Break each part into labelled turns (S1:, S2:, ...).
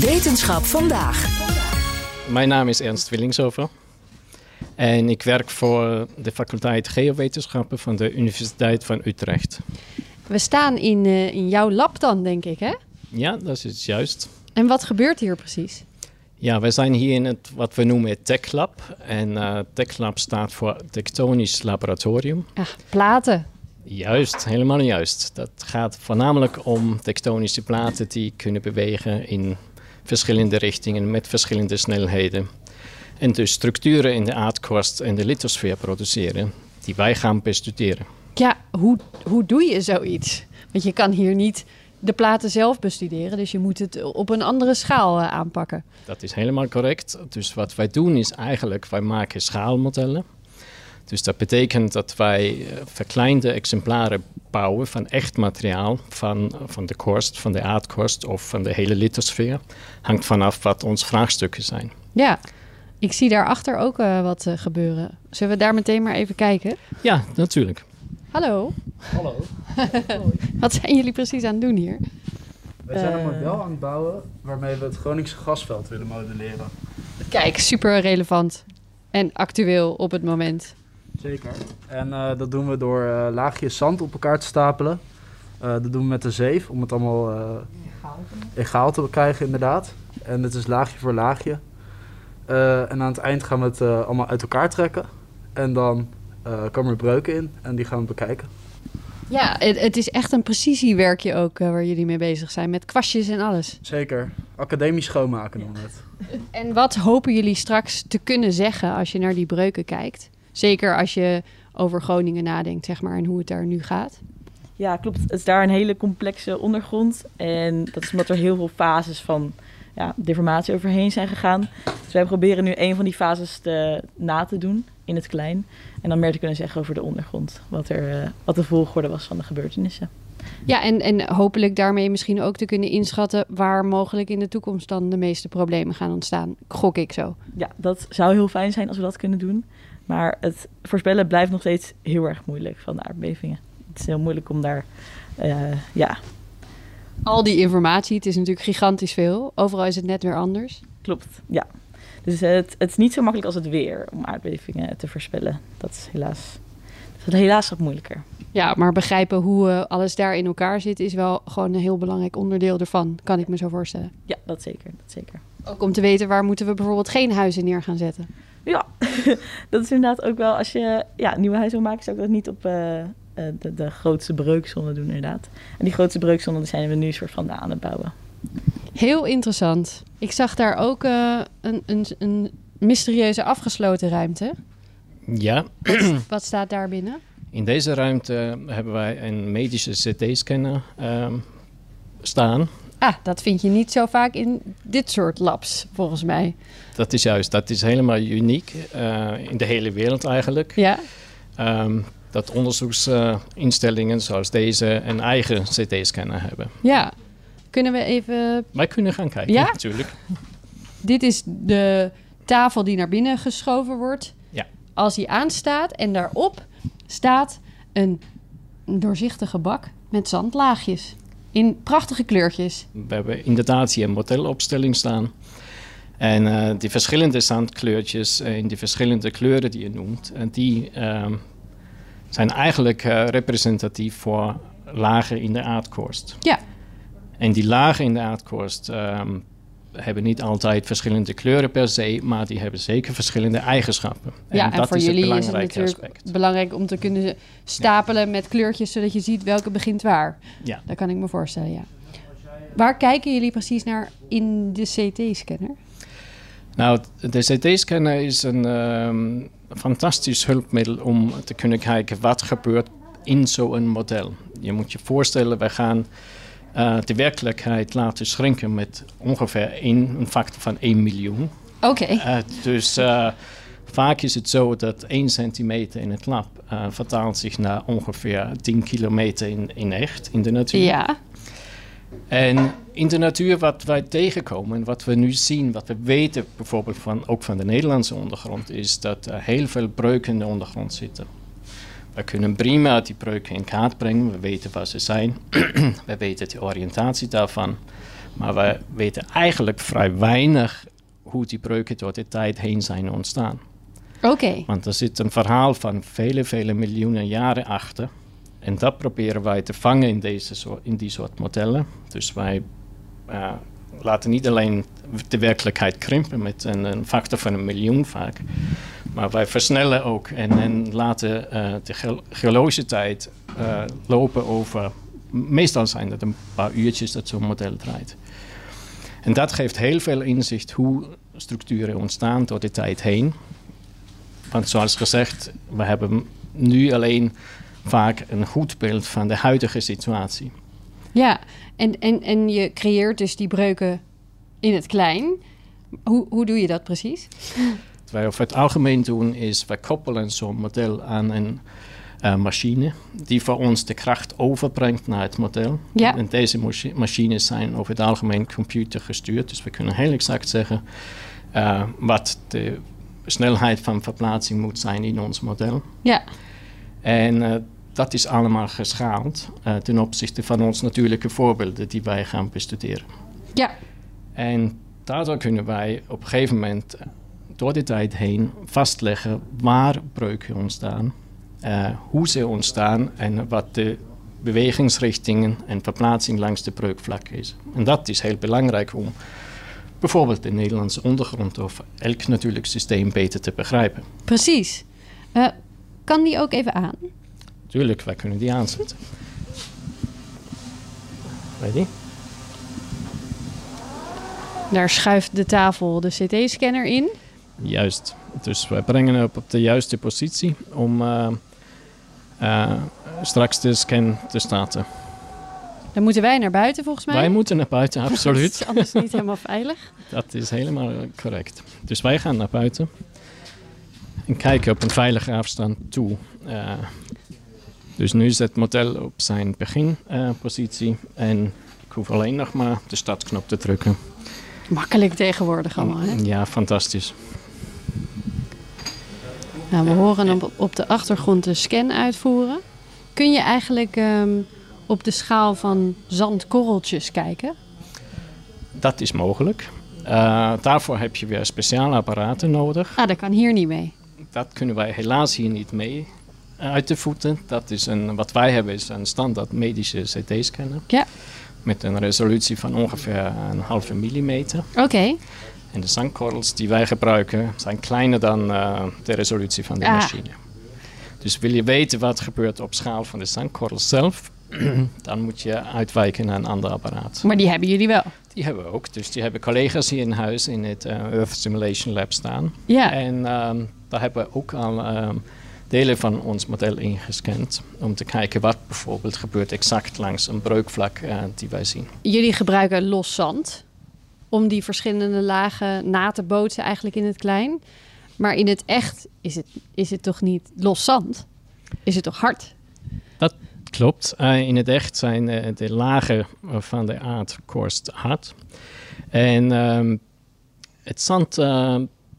S1: Wetenschap vandaag.
S2: Mijn naam is Ernst Willingshoven. En ik werk voor de faculteit Geowetenschappen van de Universiteit van Utrecht.
S3: We staan in, eh, in jouw lab dan, denk ik, hè?
S2: Ja, dat is het juist.
S3: En wat gebeurt hier precies?
S2: Ja, we zijn hier in het wat we noemen het Tech Lab. En eh Tech Lab staat voor Tectonisch Laboratorium.
S3: Ah, platen.
S2: Juist, helemaal juist. Dat gaat voornamelijk om tektonische platen die kunnen bewegen in verschillende richtingen met verschillende snelheden. En dus structuren in de aardkorst en de lithosfeer produceren die wij gaan bestuderen.
S3: Ja, hoe, hoe doe je zoiets? Want je kan hier niet de platen zelf bestuderen, dus je moet het op een andere schaal eh, aanpakken.
S2: Dat is helemaal correct. Dus wat wij doen is eigenlijk, wij maken schaalmodellen. Dus dat betekent dat wij eh, verkleinde exemplaren bouwen van echt materiaal, van, eh, van de korst, van de aardkorst of van de hele lithosfeer. Hangt vanaf wat ons vraagstukken zijn.
S3: Ja, ik zie daarachter ook eh, wat eh, gebeuren. Zullen we daar meteen maar even kijken?
S2: Ja, natuurlijk.
S3: Hallo. Hallo. wat zijn jullie precies aan het doen hier?
S4: Wij
S5: Eh.
S4: zijn een model aan het bouwen waarmee we het Groningse gasveld willen modelleren.
S3: Kijk, super relevant en actueel op het moment.
S4: Zeker. En eh, dat doen we door eh, laagjes zand op elkaar te stapelen. Eh, dat doen we met een zeef om het allemaal eh, egaal te krijgen inderdaad. En dit is laagje voor laagje. Eh, en aan het eind gaan we het eh, allemaal uit elkaar trekken. En dan eh, komen er breuken in en die gaan we bekijken.
S3: Ja, het, het is echt een precisiewerkje ook eh, waar jullie mee bezig zijn, met kwastjes en alles.
S4: Zeker. Academisch schoonmaken noemen we het.
S3: En wat hopen jullie straks te kunnen zeggen als je naar die breuken kijkt? Zeker als je over Groningen nadenkt, zeg maar, en hoe het daar nu gaat.
S6: Ja, klopt. Het is daar een hele complexe ondergrond. En dat is omdat er heel veel fases van ja, deformatie overheen zijn gegaan. Dus wij proberen nu een van die fases te, na te doen in het klein. En dan meer te kunnen zeggen over de ondergrond. Wat, er, eh, wat de volgorde was van de gebeurtenissen.
S3: Ja, en, en hopelijk daarmee misschien ook te kunnen inschatten waar mogelijk in de toekomst dan de meeste problemen gaan ontstaan. Gok ik zo.
S6: Ja, dat zou heel fijn zijn als we dat kunnen doen. Maar het voorspellen blijft nog steeds heel erg moeilijk van de aardbevingen. Het is heel moeilijk om daar eh, ja,
S3: Al die informatie, het is natuurlijk gigantisch veel. Overal is het net weer anders.
S6: Klopt, ja. Dus eh, het, het is niet zo makkelijk als het weer om aardbevingen te voorspellen. Dat is helaas, dat is helaas wat moeilijker.
S3: Ja, maar begrijpen hoe eh, alles daar in elkaar zit is wel gewoon een heel belangrijk onderdeel ervan, kan ik me zo voorstellen.
S6: Ja, dat zeker, dat zeker.
S3: Ook om te weten waar moeten we bijvoorbeeld geen huizen neer gaan zetten.
S6: Ja, dat is inderdaad ook wel als je ja, een nieuwe huis wil maken, zou ik dat niet op eh, eh, de, de grootste breukzone doen inderdaad. En die grootste breukzone zijn we nu soort van aan het bouwen.
S3: Heel interessant. Ik zag daar ook eh, een, een, een mysterieuze afgesloten ruimte.
S2: Ja,
S3: Wat staat daar binnen?
S2: in deze ruimte hebben wij een medische CT-scanner ehm, staan.
S3: Ah, dat vind je niet zo vaak in dit soort labs, volgens mij.
S2: Dat is juist, dat is helemaal uniek eh, in de hele wereld eigenlijk.
S3: Ja,
S2: Ehm, dat onderzoeksinstellingen zoals deze een eigen CT-scanner hebben.
S3: ja. Kunnen we even...
S2: Wij kunnen gaan kijken,
S3: Ja?
S2: natuurlijk.
S3: Dit is de tafel die naar binnen geschoven wordt.
S2: Ja.
S3: Als hij aanstaat en daarop staat een doorzichtige bak met zandlaagjes. In prachtige kleurtjes.
S2: We hebben inderdaad hier een modelopstelling staan. En eh, die verschillende zandkleurtjes eh, in die verschillende kleuren die je noemt, en die ehm, zijn eigenlijk eh, representatief voor lagen in de aardkorst.
S3: Ja.
S2: En die lagen in de aardkorst ehm, hebben niet altijd verschillende kleuren per se, maar die hebben zeker verschillende eigenschappen.
S3: ja, en
S2: dat
S3: voor
S2: is
S3: jullie
S2: het
S3: is het
S2: belangrijke
S3: natuurlijk
S2: aspect.
S3: belangrijk om te kunnen stapelen met kleurtjes, zodat je ziet welke begint waar.
S2: Ja.
S3: Dat kan ik me voorstellen, ja. Waar kijken jullie precies naar in de CT-scanner?
S2: Nou, de CT-scanner is een ehm, fantastisch hulpmiddel om te kunnen kijken wat gebeurt in zo'n model. Je moet je voorstellen, we gaan eh, eh, de werkelijkheid laten schrinken met ongeveer één- een factor van 1 miljoen.
S3: Oké.
S2: Eh, dus eh, vaak is het zo dat 1 centimeter in het lab eh, vertaalt zich naar ongeveer 10 kilometer in, in echt, in de natuur.
S3: Ja.
S2: En in de natuur wat wij tegenkomen en wat we nu zien, wat we weten bijvoorbeeld van, ook van de Nederlandse ondergrond, is dat er heel veel breuken in de ondergrond zitten. We kunnen prima die breuken in kaart brengen, we weten waar ze zijn, we weten de oriëntatie daarvan, maar we weten eigenlijk vrij weinig hoe die breuken door de tijd heen zijn ontstaan.
S3: Oké.
S2: Want er zit een verhaal van vele, vele miljoenen jaren achter. En dat proberen wij te vangen in, deze soort, in die soort modellen. Dus wij eh, laten niet alleen de werkelijkheid krimpen met een, een factor van een miljoen vaak. Maar wij versnellen ook en, en laten eh, de geo- geologische tijd eh, lopen over... Meestal zijn dat een paar uurtjes dat zo'n model draait. En dat geeft heel veel inzicht hoe structuren ontstaan door de tijd heen. Want zoals gezegd, we hebben nu alleen vaak een goed beeld van de huidige situatie.
S3: Ja, en, en, en je creëert dus die breuken in het klein. Hoe, hoe doe je dat precies?
S2: Wat wij over het algemeen doen is, we koppelen zo'n model aan een eh, machine die voor ons de kracht overbrengt naar het model.
S3: Ja.
S2: En deze machi- machines zijn over het algemeen computergestuurd, dus we kunnen heel exact zeggen eh, wat de snelheid van verplaatsing moet zijn in ons model.
S3: Ja,
S2: En eh, dat is allemaal geschaald eh, ten opzichte van ons natuurlijke voorbeelden die wij gaan bestuderen.
S3: ja.
S2: En daardoor kunnen wij op een gegeven moment eh, door de tijd heen vastleggen waar breuken ontstaan, eh, hoe ze ontstaan en wat de bewegingsrichtingen en verplaatsing langs de breukvlak is. En dat is heel belangrijk om bijvoorbeeld de Nederlandse ondergrond of elk natuurlijk systeem beter te begrijpen.
S3: precies. Eh, kan die ook even aan?
S2: Tuurlijk, wij kunnen die aanzetten. Ready?
S3: Daar schuift de tafel de CT-scanner in.
S2: Juist. Dus wij brengen hem op de juiste positie om eh, eh, straks de scan te starten.
S3: Dan moeten wij naar buiten volgens mij.
S2: Wij moeten naar buiten,
S3: Dat
S2: absoluut.
S3: is anders niet helemaal veilig.
S2: Dat is helemaal correct. Dus wij gaan naar buiten en kijken op een veilige afstand toe. Eh, dus nu is het model op zijn beginpositie en ik hoef alleen nog maar de startknop te drukken.
S3: Makkelijk tegenwoordig allemaal, hè?
S2: Ja, fantastisch.
S3: Nou, we horen hem op, op de achtergrond de scan uitvoeren. Kun je eigenlijk ehm, op de schaal van zandkorreltjes kijken?
S2: Dat is mogelijk. Eh, daarvoor heb je weer speciale apparaten nodig.
S3: Ah, dat kan hier niet mee.
S2: dat kunnen wij helaas hier niet mee eh, uit de voeten. Dat is een, wat wij hebben is een standaard medische CT-scanner.
S3: Ja.
S2: Met een resolutie van ongeveer een halve millimeter.
S3: Oké,
S2: En de zandkorrels die wij gebruiken zijn kleiner dan eh, de resolutie van de
S3: Ah.
S2: machine. Dus wil je weten wat gebeurt op schaal van de zandkorrels zelf, dan moet je uitwijken naar een ander apparaat.
S3: maar die hebben jullie wel.
S2: Die hebben we ook. Dus die hebben collega's hier in huis in het eh, Earth Simulation Lab staan.
S3: Ja.
S2: En ehm, daar hebben we ook al ehm, delen van ons model ingescand. Om te kijken wat bijvoorbeeld gebeurt exact langs een breukvlak eh, die wij zien.
S3: Jullie gebruiken los zand om die verschillende lagen na te bootsen eigenlijk in het klein. Maar in het echt is het, is het toch niet los zand? Is het toch hard?
S2: Klopt. Eh, in het echt zijn eh, de lagen eh, van de aardkorst hard. En ehm, het zand eh,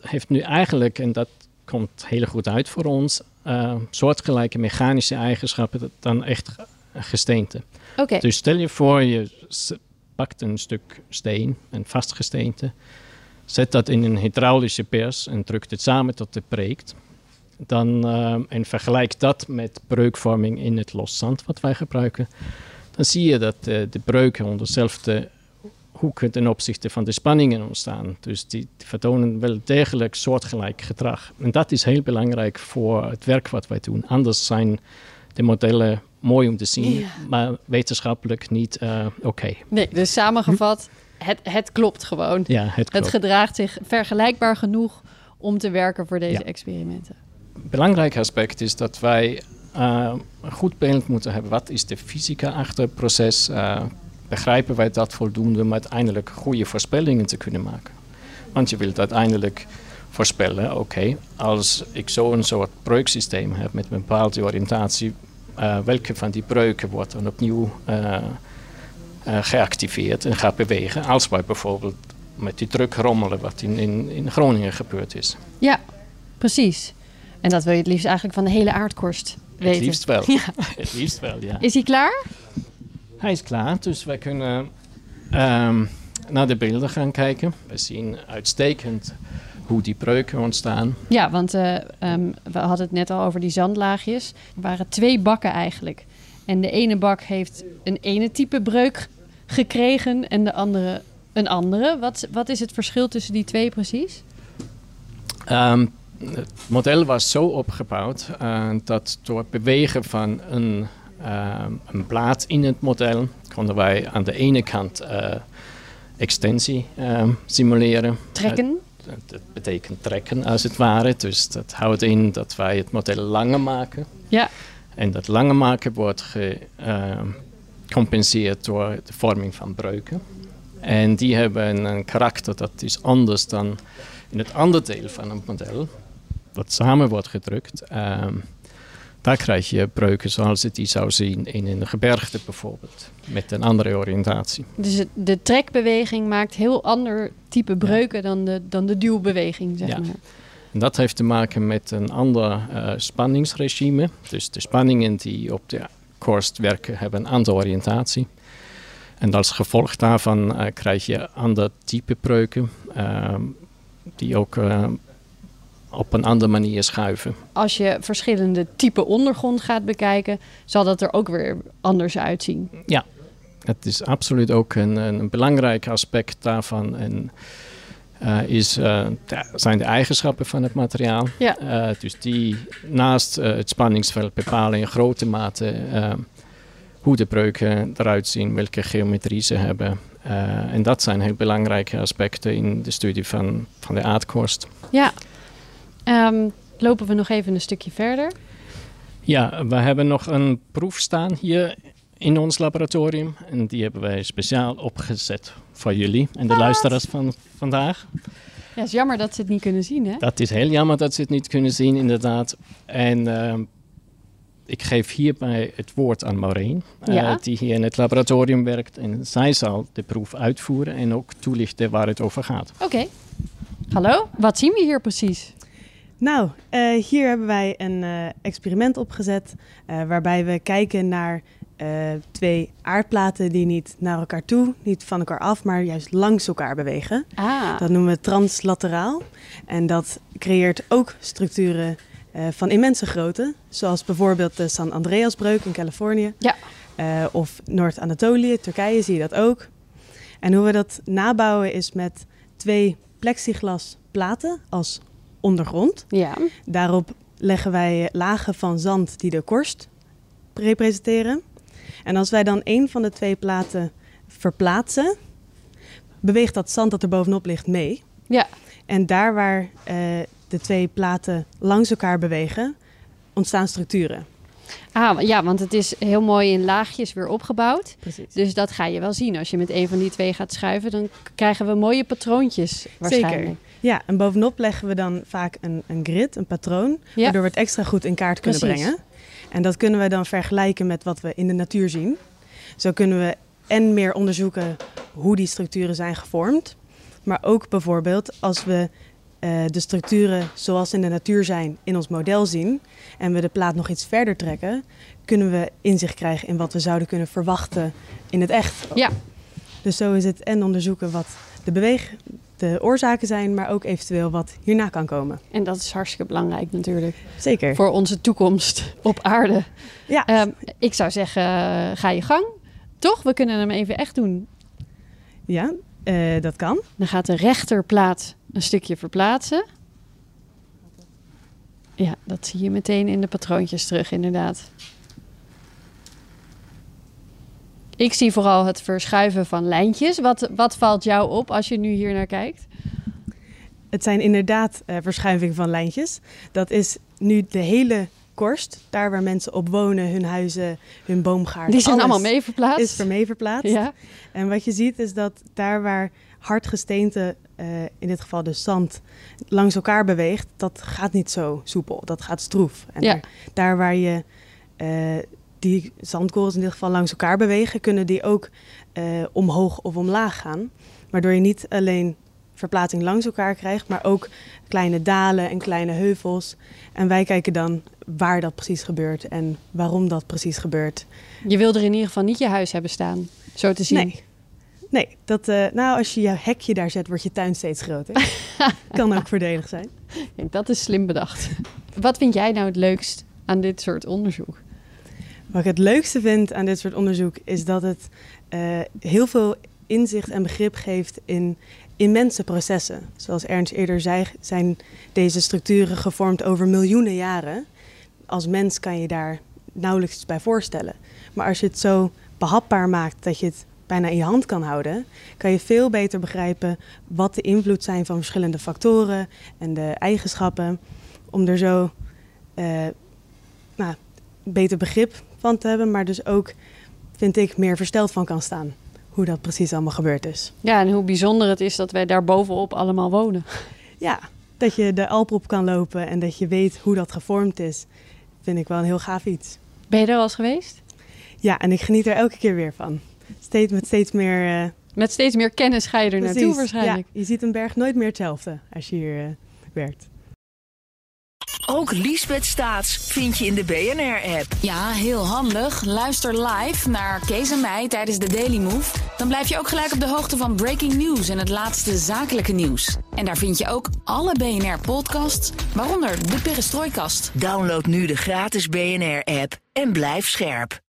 S2: heeft nu eigenlijk, en dat komt heel goed uit voor ons, eh, soortgelijke mechanische eigenschappen dan echt gesteente.
S3: Oké,
S2: Dus stel je voor, je s- pakt een stuk steen, een vast gesteente, zet dat in een hydraulische pers en drukt het samen tot het breekt. Dan, eh, en vergelijk dat met breukvorming in het loszand wat wij gebruiken. Dan zie je dat eh, de breuken onder dezelfde hoeken ten opzichte van de spanningen ontstaan. Dus die vertonen wel degelijk soortgelijk gedrag. En dat is heel belangrijk voor het werk wat wij doen. Anders zijn de modellen mooi om te zien,
S3: Ja.
S2: maar wetenschappelijk niet eh, oké.
S3: nee, dus samengevat, het, het klopt gewoon.
S2: Ja, het
S3: Het
S2: klopt.
S3: gedraagt zich vergelijkbaar genoeg om te werken voor deze
S2: Ja.
S3: experimenten.
S2: belangrijk aspect is dat wij eh, een goed beeld moeten hebben. Wat is de fysica achter het proces? eh, begrijpen wij dat voldoende om uiteindelijk goede voorspellingen te kunnen maken. Want je wilt uiteindelijk voorspellen, oké, als ik zo'n soort breuksysteem heb met een bepaalde oriëntatie, eh, welke van die breuken wordt dan opnieuw eh, eh, geactiveerd en gaat bewegen. Als wij bijvoorbeeld met die druk rommelen wat in, in, in Groningen gebeurd is.
S3: Ja, precies. En dat wil je het liefst eigenlijk van de hele aardkorst weten.
S2: Het liefst wel.
S3: Ja.
S2: Het liefst wel, ja.
S3: Is hij klaar?
S2: Hij is klaar, dus wij kunnen ehm, naar de beelden gaan kijken. We zien uitstekend hoe die breuken ontstaan.
S3: Ja, want eh, ehm, we hadden het net al over die zandlaagjes. Er waren twee bakken eigenlijk. En de ene bak heeft een ene type breuk gekregen en de andere een andere. Wat, wat is het verschil tussen die twee precies?
S2: Ehm, het model was zo opgebouwd eh, dat door het bewegen van een, ehm, een plaat in het model konden wij aan de ene kant eh, extensie ehm, simuleren.
S3: Trekken?
S2: Eh, dat betekent trekken als het ware. Dus dat houdt in dat wij het model langer maken.
S3: Ja.
S2: En dat lange maken wordt ehm, gecompenseerd door de vorming van breuken. En die hebben een karakter dat is anders dan in het andere deel van het model, dat samen wordt gedrukt. Ehm, daar krijg je breuken zoals je die zou zien in een gebergte bijvoorbeeld, met een andere oriëntatie.
S3: Dus het- de trekbeweging maakt heel ander type breuken dan, de, dan de duwbeweging, zeg
S2: Ja.
S3: maar.
S2: En dat heeft te maken met een ander eh, spanningsregime. Dus de spanningen die op de korst werken hebben een andere oriëntatie. En als gevolg daarvan eh, krijg je ander type preuken, ehm, die ook eh, op een andere manier schuiven.
S3: Als je verschillende type ondergrond gaat bekijken, zal dat er ook weer anders uitzien.
S2: Het is absoluut ook een, een belangrijk aspect daarvan. En, eh, is, eh, de- zijn de eigenschappen van het materiaal.
S3: Ja.
S2: Eh, dus die naast eh, het spanningsveld bepalen in grote mate eh, hoe de breuken eruit zien, welke geometrie ze hebben. Eh, en dat zijn heel belangrijke aspecten in de studie van, van de aardkorst.
S3: Ja. Ehm, lopen we nog even een stukje verder.
S2: Ja, we hebben nog een proef staan hier in ons laboratorium. En die hebben wij speciaal opgezet voor jullie en de luisteraars van vandaag.
S3: Ja, is jammer dat ze het niet kunnen zien, hè?
S2: Dat is heel jammer dat ze het niet kunnen zien, inderdaad. En ehm, ik geef hierbij het woord aan Maureen, eh,
S3: Ja.
S2: die hier in het laboratorium werkt. En zij zal de proef uitvoeren en ook toelichten waar het over gaat.
S3: Oké. Hallo, wat zien we hier precies?
S5: Nou, eh, hier hebben wij een eh, experiment opgezet eh, waarbij we kijken naar eh, twee aardplaten die niet naar elkaar toe, niet van elkaar af, maar juist langs elkaar bewegen.
S3: Ah,
S5: Dat noemen we translateraal. En dat creëert ook structuren eh, van immense grootte, zoals bijvoorbeeld de San Andreasbreuk in Californië.
S3: Ja.
S5: Eh, of Noord-Anatolië, Turkije zie je dat ook. En hoe we dat nabouwen is met twee plexiglas platen als ondergrond.
S3: ja.
S5: Daarop leggen wij lagen van zand die de korst representeren. En als wij dan een van de twee platen verplaatsen, beweegt dat zand dat er bovenop ligt mee.
S3: Ja.
S5: En daar waar eh, de twee platen langs elkaar bewegen, ontstaan structuren.
S3: Ah, wa- ja, want het is heel mooi in laagjes weer opgebouwd.
S5: Precies.
S3: Dus dat ga je wel zien. Als je met een van die twee gaat schuiven, dan k- krijgen we mooie patroontjes waarschijnlijk.
S5: Ja, en bovenop leggen we dan vaak een, een grid, een patroon,
S3: Ja.
S5: waardoor we het extra goed in kaart kunnen
S3: Precies.
S5: brengen. En dat kunnen we dan vergelijken met wat we in de natuur zien. Zo kunnen we en meer onderzoeken hoe die structuren zijn gevormd, maar ook bijvoorbeeld als we eh, de structuren zoals in de natuur zijn in ons model zien en we de plaat nog iets verder trekken, kunnen we inzicht krijgen in wat we zouden kunnen verwachten in het echt.
S3: Ja.
S5: Dus zo is het en onderzoeken wat de beweeg, de oorzaken zijn, maar ook eventueel wat hierna kan komen.
S3: En dat is hartstikke belangrijk natuurlijk.
S5: Zeker.
S3: Voor onze toekomst op aarde.
S5: Ja.
S3: Ehm, ik zou zeggen, eh, ga je gang. Toch? We kunnen hem even echt doen.
S5: Ja, eh, dat kan.
S3: Dan gaat de rechterplaat een stukje verplaatsen. Ja, dat zie je meteen in de patroontjes terug, inderdaad. Ik zie vooral het verschuiven van lijntjes. Wat, wat valt jou op als je nu hier naar kijkt?
S5: Het zijn inderdaad eh verschuiving van lijntjes. Dat is nu de hele korst. Daar waar mensen op wonen, hun huizen, hun boomgaarden.
S3: Die zijn
S5: alles
S3: allemaal mee verplaatst.
S5: Is er mee verplaatst.
S3: Ja.
S5: En wat je ziet is dat daar waar hard gesteente, eh, in dit geval dus zand, langs elkaar beweegt, dat gaat niet zo soepel. Dat gaat stroef. En
S3: Ja.
S5: daar, daar waar je eh, die zandkorrels in dit geval langs elkaar bewegen, kunnen die ook eh, omhoog of omlaag gaan. Waardoor je niet alleen verplaatsing langs elkaar krijgt, maar ook kleine dalen en kleine heuvels. En wij kijken dan waar dat precies gebeurt en waarom dat precies gebeurt.
S3: Je wil er in ieder geval niet je huis hebben staan, zo te zien.
S5: Nee. Nee, dat, eh, nou, als je je hekje daar zet, wordt je tuin steeds groter. kan ook voordelig zijn.
S3: Kijk, dat is slim bedacht. Wat vind jij nou het leukst aan dit soort onderzoek?
S5: Wat ik het leukste vind aan dit soort onderzoek is dat het eh, heel veel inzicht en begrip geeft in immense processen. Zoals Ernst eerder zei, zijn deze structuren gevormd over miljoenen jaren. Als mens kan je daar nauwelijks iets bij voorstellen. Maar als je het zo behapbaar maakt dat je het bijna in je hand kan houden, kan je veel beter begrijpen wat de invloed zijn van verschillende factoren en de eigenschappen. Om er zo eh, nou, beter begrip van te hebben, maar dus ook, vind ik, meer versteld van kan staan. Hoe dat precies allemaal gebeurd is.
S3: Ja, en hoe bijzonder het is dat wij daar bovenop allemaal wonen.
S5: Ja, dat je de Alp op kan lopen en dat je weet hoe dat gevormd is, vind ik wel een heel gaaf iets.
S3: Ben je daar al eens geweest?
S5: Ja, en ik geniet er elke keer weer van. Steeds met steeds meer. eh,
S3: Met steeds meer kennis ga je er naartoe
S5: precies.
S3: waarschijnlijk.
S5: Ja, je ziet een berg nooit meer hetzelfde als je hier eh, werkt.
S1: Ook Liesbeth Staats vind je in de BNR-app. Ja, heel handig. Luister live naar Kees en mij tijdens de Daily Move. Dan blijf je ook gelijk op de hoogte van breaking news en het laatste zakelijke nieuws. En daar vind je ook alle BNR-podcasts, waaronder de Perestrooikast.
S7: Download nu de gratis BNR-app en blijf scherp.